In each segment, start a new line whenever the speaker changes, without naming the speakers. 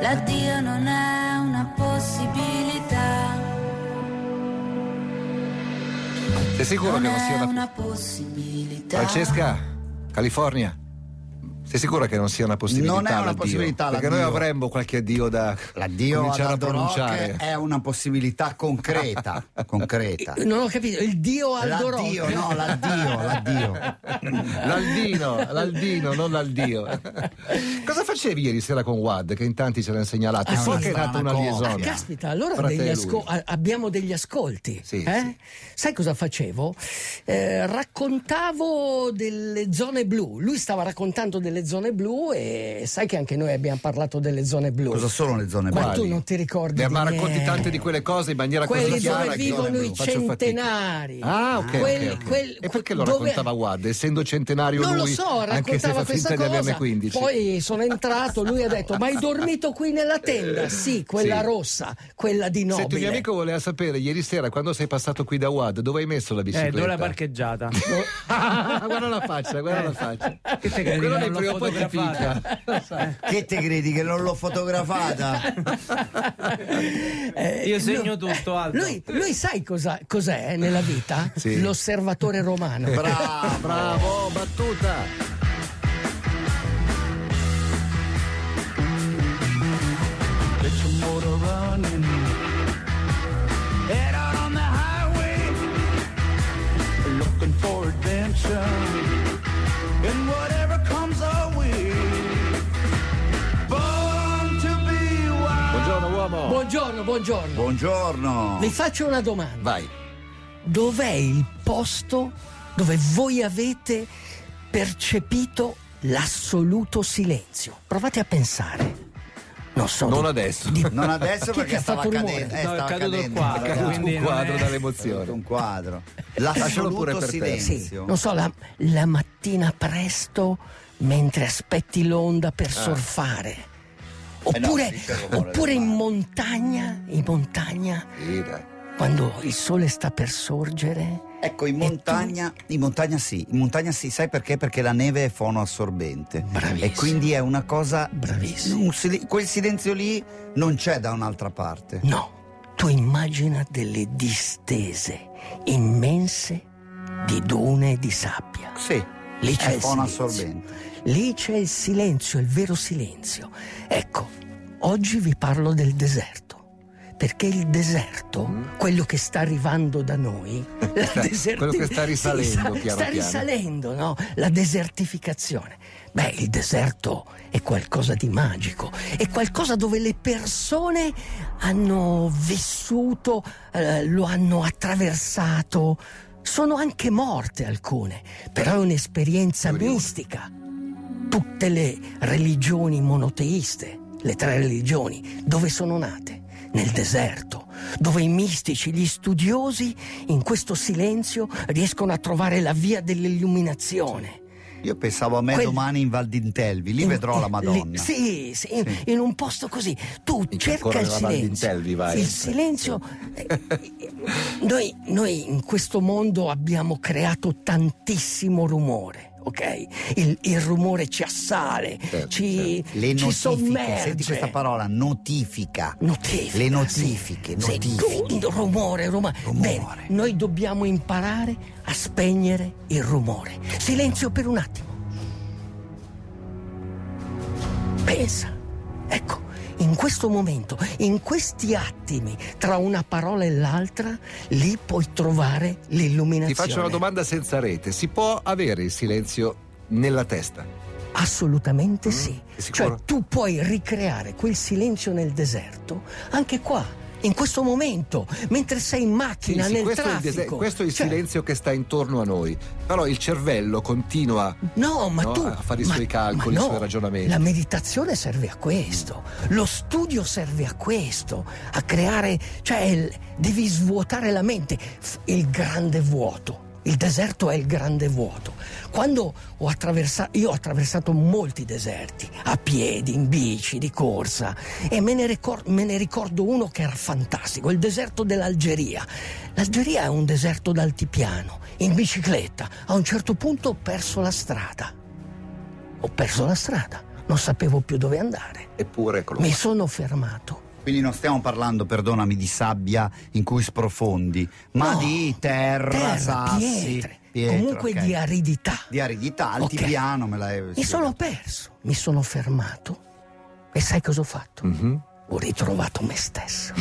l'addio non è una possibilità.
Sei sicuro
non
che non sia
è
una-
una possibilità.
Francesca, California. Sei sicura che non sia una possibilità?
Non è una
l'addio?
possibilità,
Perché noi
l'addio.
avremmo qualche addio da
L'addio
cominciare a
ad
pronunciare.
Rock è una possibilità concreta, concreta.
Non ho capito, il dio Aldo
L'addio,
Rock.
no, l'addio, l'addio.
Eh, L'Aldino, l'Aldino, non l'Aldio. Cosa facevi ieri sera con Wad? Che in tanti ce l'hanno segnalato.
Ah,
so
sì.
che è nata una
Ah,
Ah,
liaison.
caspita, allora
Frate
degli
lui.
asco- a- abbiamo degli ascolti.
Sì,
eh? Sai cosa facevo? Eh, raccontavo delle zone blu. Lui stava raccontando delle zone blu e sai che anche noi abbiamo parlato delle zone blu.
Cosa sono le zone
Ma
blu?
tu non ti ricordi?
Ne
di
ma racconti
niente.
tante di quelle cose in maniera
Quelli
così chiara
dove
che
vivono
io
i
faccio
centenari.
fatica. Ah, ok. ok,
Quelli-
ok.
quel-
e perché lo
dove-
raccontava Wad? Essendo centenario
non
lui,
lo so,
anche se
raccontava
fa
questa
finta di
cosa.
averne 15.
Poi sono entrato, lui ha detto: Ma hai dormito qui nella tenda? Sì, quella
Sì.
rossa, quella di
Senti, un mio
nobile.
amico voleva sapere ieri sera quando sei passato qui da Wad dove hai messo la bicicletta? Ah,
Eh, dove l'ha parcheggiata?
guarda la faccia, guarda la faccia.
Che te credi?
Quello
che
lì
non
prima
l'ho
o poi ti
fotografata?
picca.
Che te credi che non l'ho fotografata?
Eh,
Io segno
lui-
tutto, Aldo.
Lui, lui sai cosa- cos'è nella vita?
Sì.
L'osservatore romano.
Bravo,
Ah, Bravo, battuta.
Eh,
Get your motor running. Head out on the highway. Looking for adventure. And whatever comes our way. Born to be wild.
Buongiorno uomo.
Buongiorno, buongiorno.
Buongiorno.
Vi faccio una domanda.
Vai.
Dov'è il posto dove voi avete percepito l'assoluto silenzio? Provate a pensare. Non so.
Non
di-
adesso.
di-
Non adesso
Chi è che
perché
ha
stava
fatto rumore?
cadendo. Eh,
No, è
stava
caduto il
cadendo.
quadro,
era
Caduto
quindi
un
non
quadro
è-
caduto
dall'emozione.
un quadro.
Lascialo pure
L'assoluto
per terra.
Sì,
silenzio.
non so, la, la mattina presto mentre aspetti l'onda per surfare.
Ah. Eh no,
Oppure,
lì c'è il rumore
oppure
del
in
mare.
montagna, in montagna,
Sì, dai.
quando il sole sta per sorgere.
Ecco, in
E
montagna, in montagna sì, in montagna sì, sai perché? Perché la neve è fonoassorbente.
Bravissimo.
E quindi è una cosa.
Bravissimo.
un silen- quel silenzio lì non c'è da un'altra parte.
No, tu immagina delle distese immense di dune di sabbia.
Eh, Sì.
Lì c'è
è
il silenzio.
fonoassorbente.
Lì c'è il silenzio, il vero silenzio. Ecco, oggi vi parlo del deserto. Perché il deserto,
Mm.
quello che sta arrivando da noi, la deserti-
quello che sta risalendo,
sì, sta,
piano piano.
sta risalendo, no? La desertificazione. Beh, il deserto è qualcosa di magico, è qualcosa dove le persone hanno vissuto, eh, lo hanno attraversato, sono anche morte alcune, però è un'esperienza
Curioso.
mistica tutte le religioni monoteiste, le tre religioni, dove sono nate? Nel deserto, dove i mistici, gli studiosi, in questo silenzio riescono a trovare la via dell'illuminazione.
Io pensavo a me
Quel-
domani in Val d'Intelvi, lì
In-
vedrò la
lì-
Madonna.
sì, sì, in,
Sì.
in un posto così. Tu
che
cerca
ancora
il
nella Val d'Intelvi
silenzio.
vai.
il silenzio. eh, noi, noi in questo mondo abbiamo creato tantissimo rumore. ok? Il, il rumore ci assale,
Certo,
ci,
Le
ci
notifiche,
sommerge.
senti questa parola, notifica.
Notifica,
Le
sì.
notifiche,
Sì,
notifiche.
tu- rumore, rumore.
Rumore.
Bene, noi dobbiamo imparare a spegnere il rumore. Silenzio per un attimo. Pensa. Ecco, in questo momento, in questi attimi, tra una parola e l'altra, lì puoi trovare l'illuminazione.
Ti faccio una domanda senza rete. Si può avere il silenzio nella testa?
Assolutamente sì.
sei Mm? sicuro?
Cioè tu puoi ricreare quel silenzio nel deserto anche qua, in questo momento, mentre sei in macchina,
Sì, sì,
nel
questo, è il,
traffico.
dese- questo è il
Cioè,
silenzio che sta intorno a noi. Però il cervello continua.
No, ma
no,
tu...
a fare i
ma-
suoi calcoli,
ma
i
no,
suoi ragionamenti.
La meditazione serve a questo, lo studio serve a questo, a creare, cioè il- devi svuotare la mente, F- il grande vuoto. Il deserto è il grande vuoto. Quando ho attraversato, io ho attraversato molti deserti, a piedi, in bici, di corsa, e me ne, ricor- me ne ricordo uno che era fantastico, il deserto dell'Algeria. L'Algeria è un deserto d'altipiano, in bicicletta. A un certo punto ho perso la strada ho perso la strada. non sapevo più dove andare.
Eppure, eccolo.
Mi sono fermato.
Quindi non stiamo parlando, perdonami, di sabbia in cui sprofondi, ma
No,
di terra, sassi,
pietre,
pietre,
comunque
ok.
di aridità.
Di eh, aridità,
Ok.
altipiano me l'hai
Mi sono
spiegato.
perso, mi sono fermato e sai cosa ho fatto?
Mhm.
Ho ritrovato me stesso.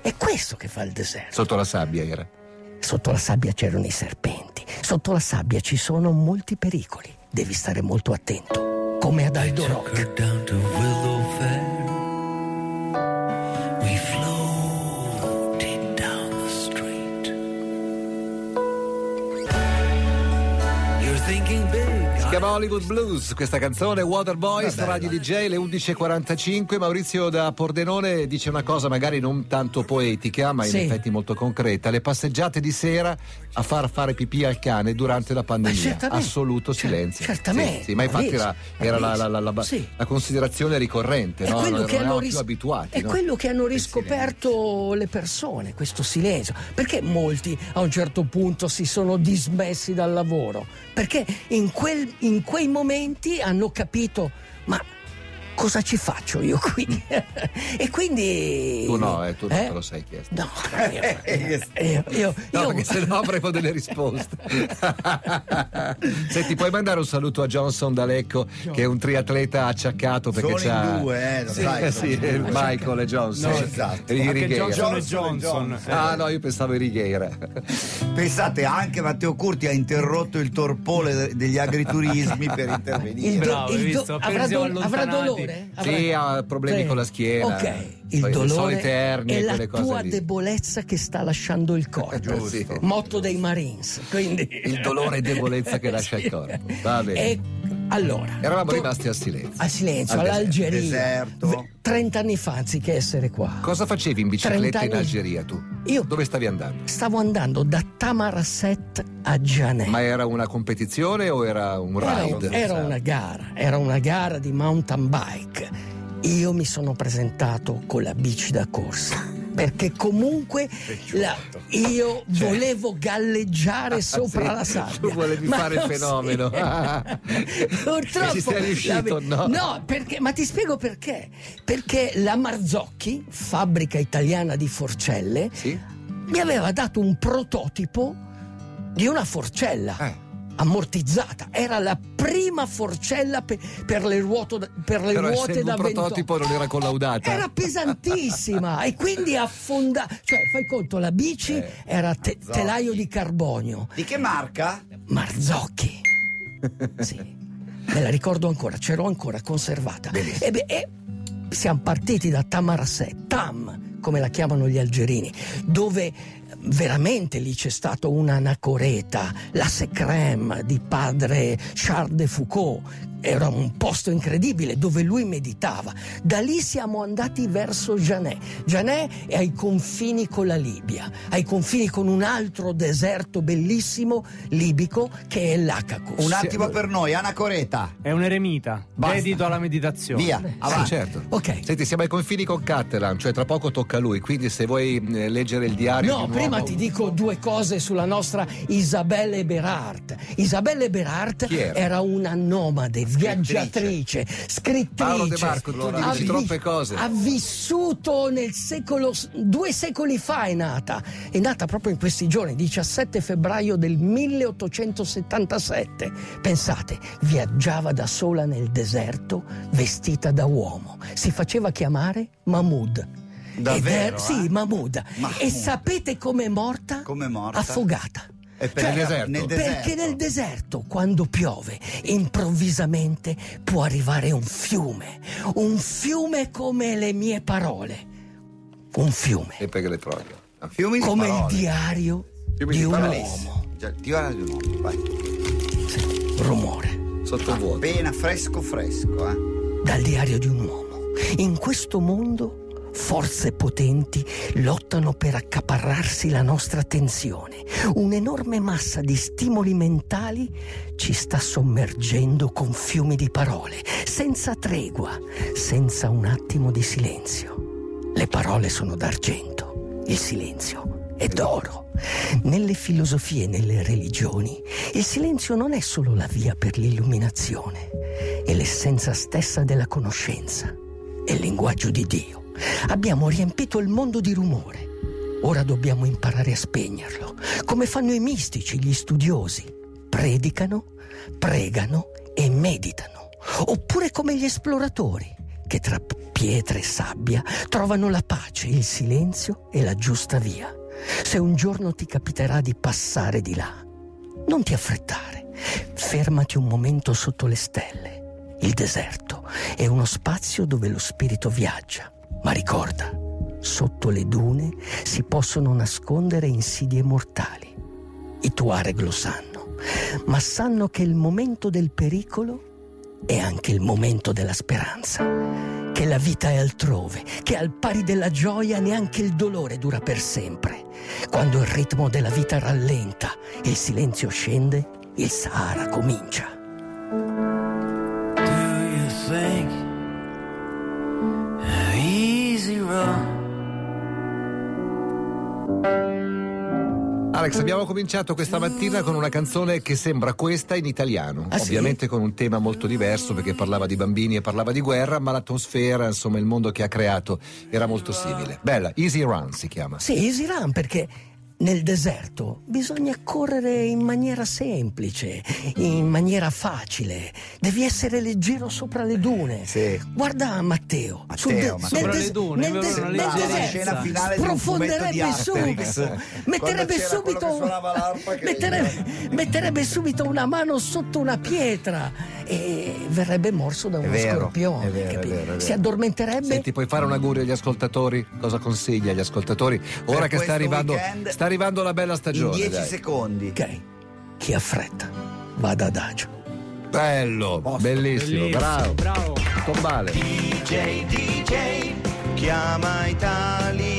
È questo che fa il deserto.
Sotto la sabbia era.
Sotto la sabbia c'erano i serpenti, sotto la sabbia ci sono molti pericoli. Devi stare molto attento, come ad Aldo
Took
Rock.
her down to Willow Fair. We floated down the street. You're thinking big.
Si chiama Hollywood Blues, questa canzone Waterboy, sta Radio DJ, le 11.45. Maurizio da Pordenone dice una cosa magari non tanto poetica, ma in
Sì.
effetti molto concreta. Le passeggiate di sera a far fare pipì al cane durante la pandemia.
certamente.
Assoluto
Cer-
silenzio.
certamente.
Sì, sì, ma infatti era, era la, la- la- la-
Sì.
la considerazione ricorrente,
È
no?
quello
non
che
eravamo
hanno
più
ris-
abituati.
è
no?
quello che hanno
Del
riscoperto le persone, questo silenzio. Perché molti a un certo punto si sono dismessi dal lavoro? Perché in, quel- in quei momenti hanno capito, ma cosa ci faccio io qui? e quindi...
silenzio. Mm. Tu no, eh, tu non
Eh?
te lo sei chiesto.
No, io, io, io-
No,
io-
perché se no avremo delle risposte. Senti, puoi mandare un saluto a Johnson D'Alecco, che è un triatleta acciaccato perché
Sono in
c'ha.
due, eh, lo
Sì,
sai,
eh,
sono
sì,
in due.
il Michael e Johnson.
No, esatto.
E i
Anche
Righeira.
Johnson e Johnson.
Johnson.
Ah, no, io pensavo i Righeira.
Pensate, anche Matteo Curti ha interrotto il torpone de- degli agriturismi per
Eh,
il
intervenire.
do-
Bravo,
il
hai
do-
visto?
avrà,
Pensi
do-
allontanati.
avrà dolore? Avrà-
Sì, ha problemi
Sì.
con la schiena.
Ok,
Poi
il
le
dolore
solite ernie,
è la
quelle cose
tua
lì. Eh,
debolezza che sta lasciando il corpo.
Giusto. Sì.
Motto dei Marines. Quindi...
Il dolore e debolezza che lascia il corpo. Va bene.
E allora,
Eravamo
to-
rimasti al silenzio.
al silenzio,
Al deserto.
all'Algeria.
deserto.
V- 30 anni fa, anziché essere qua,
Cosa facevi in bicicletta
30
in
anni.
Algeria tu?
Io-
Dove stavi andando?
stavo andando da Tamarasset a Gianè.
Ma era una competizione o era un
Era,
ride?
era una gara, era una gara di mountain bike. Io mi sono presentato con la bici da corsa perché comunque la- io volevo galleggiare
Cioè,
sopra
sì,
la sabbia.
tu volevi
Ma
fare il
non
fenomeno.
si- Purtroppo.
Ci sei riuscito, no?
perché, ma ti spiego perché. Perché la Marzocchi, fabbrica italiana di forcelle,
Sì? Eh,
mi aveva dato un prototipo di una forcella
Eh.
ammortizzata. Era la prima forcella pe- per le, ruoto da- per le
Però
ruote
essendo
da
un prototipo
28.
non era collaudata.
Era pesantissima e quindi affonda. Cioè, fai conto, la bici
Eh,
era te-
Marzocchi.
telaio di carbonio.
Di che marca?
Marzocchi. Sì. Me la ricordo ancora, ce l'ho ancora conservata. E, beh, e siamo partiti da Tamarasset, Tam, come la chiamano gli algerini, dove veramente lì c'è stato un'anacoreta, la Secrème di padre Charles de Foucault. Era un posto incredibile dove lui meditava. Da lì siamo andati verso Janè. Janè è ai confini con la Libia, ai confini con un altro deserto bellissimo libico che è l'Akakos.
Un attimo per noi, Ana Coreta.
È un eremita,
Basta.
dedito alla meditazione.
Via,
Ah,
avanti.
certo.
Ok.
Senti, siamo ai confini con Catalan, cioè tra poco tocca a lui, quindi se vuoi eh, leggere il diario di
No,
un
prima
uomo-
ti dico due cose sulla nostra Isabelle Berard. Isabelle Berard
Chi era?
era? una nomade, viaggiatrice,
Paolo De
scrittrice.
Marco, tu
ha
dici
vi-
troppe cose.
Ha vissuto nel secolo, due secoli fa è nata. È nata proprio in questi giorni, 17 febbraio del 1877. Pensate, viaggiava da sola nel deserto, vestita da uomo. Si faceva chiamare Mahmoud.
Davvero,
Ed sì,
eh?
Mahmoud.
Mahmoud.
E sapete com'è morta?
Com'è morta? Eh,
Affogata.
E
Cioè, nel deserto.
Perché nel deserto, quando piove, improvvisamente può arrivare un fiume. Un fiume come le mie parole. Un fiume.
E perché le trovi? Ah,
Fiumi di
Come il
parole.
diario
Fiumi
di
di
un
parole.
uomo.
Già, ti guarda di nuovo, vai.
Rumore.
Sottovuoto.
Ah, Appena fresco fresco, eh.
dal diario di un uomo. In questo mondo forze potenti lottano per accaparrarsi la nostra attenzione. Un'enorme massa di stimoli mentali ci sta sommergendo con fiumi di parole, senza tregua, senza un attimo di silenzio. Le parole sono d'argento, il silenzio è d'oro. Nelle filosofie e nelle religioni il silenzio non è solo la via per l'illuminazione, è l'essenza stessa della conoscenza, è il linguaggio di Dio. Abbiamo riempito il mondo di rumore, ora dobbiamo imparare a spegnerlo, come fanno i mistici, gli studiosi. Predicano, pregano e meditano, oppure come gli esploratori che tra pietre e sabbia trovano la pace, il silenzio e la giusta via. Se un giorno ti capiterà di passare di là, non ti affrettare. Fermati un momento sotto le stelle. Il deserto è uno spazio dove lo spirito viaggia. Ma ricorda, sotto le dune si possono nascondere insidie mortali. I tuareg lo sanno, ma sanno che il momento del pericolo è anche il momento della speranza, che la vita è altrove, che al pari della gioia neanche il dolore dura per sempre. Quando il ritmo della vita rallenta, il silenzio scende, il Sahara comincia.
Do you think an easy run
Alex, abbiamo cominciato questa mattina con una canzone che sembra questa in italiano,
Ah, sì?
ovviamente con un tema molto diverso perché parlava di bambini e parlava di guerra, ma l'atmosfera, insomma il mondo che ha creato era molto simile. Bella, Easy Run si chiama.
Sì, easy run perché nel deserto bisogna correre in maniera semplice, in maniera facile. Devi essere leggero sopra le dune.
Sì.
Guarda Matteo,
Matteo,
sul
ma-
Sopra le dune,
nel,
aveva una
nel
leggerezza.
la scena
Leggerezza.
deserto
finale di un fumetto di
profonderebbe
Asterix.
subito,
Quando
metterebbe
c'era
subito,
quello che suonava l'arpa che-
metterebbe, metterebbe subito una mano sotto una pietra e verrebbe morso da uno
vero,
scorpione.
è vero, è
capi?
vero, è vero.
Si addormenterebbe.
Senti, puoi fare un augurio agli ascoltatori? Cosa consigli agli ascoltatori? Ora che
questo
sta arrivando,
weekend,
sta arrivando la bella
In
stagione.
10
dai.
secondi.
Ok, chi ha fretta vada adagio.
Bello, bellissimo, bravo.
bravo.
Tombale.
DJ, DJ, chiama Italia.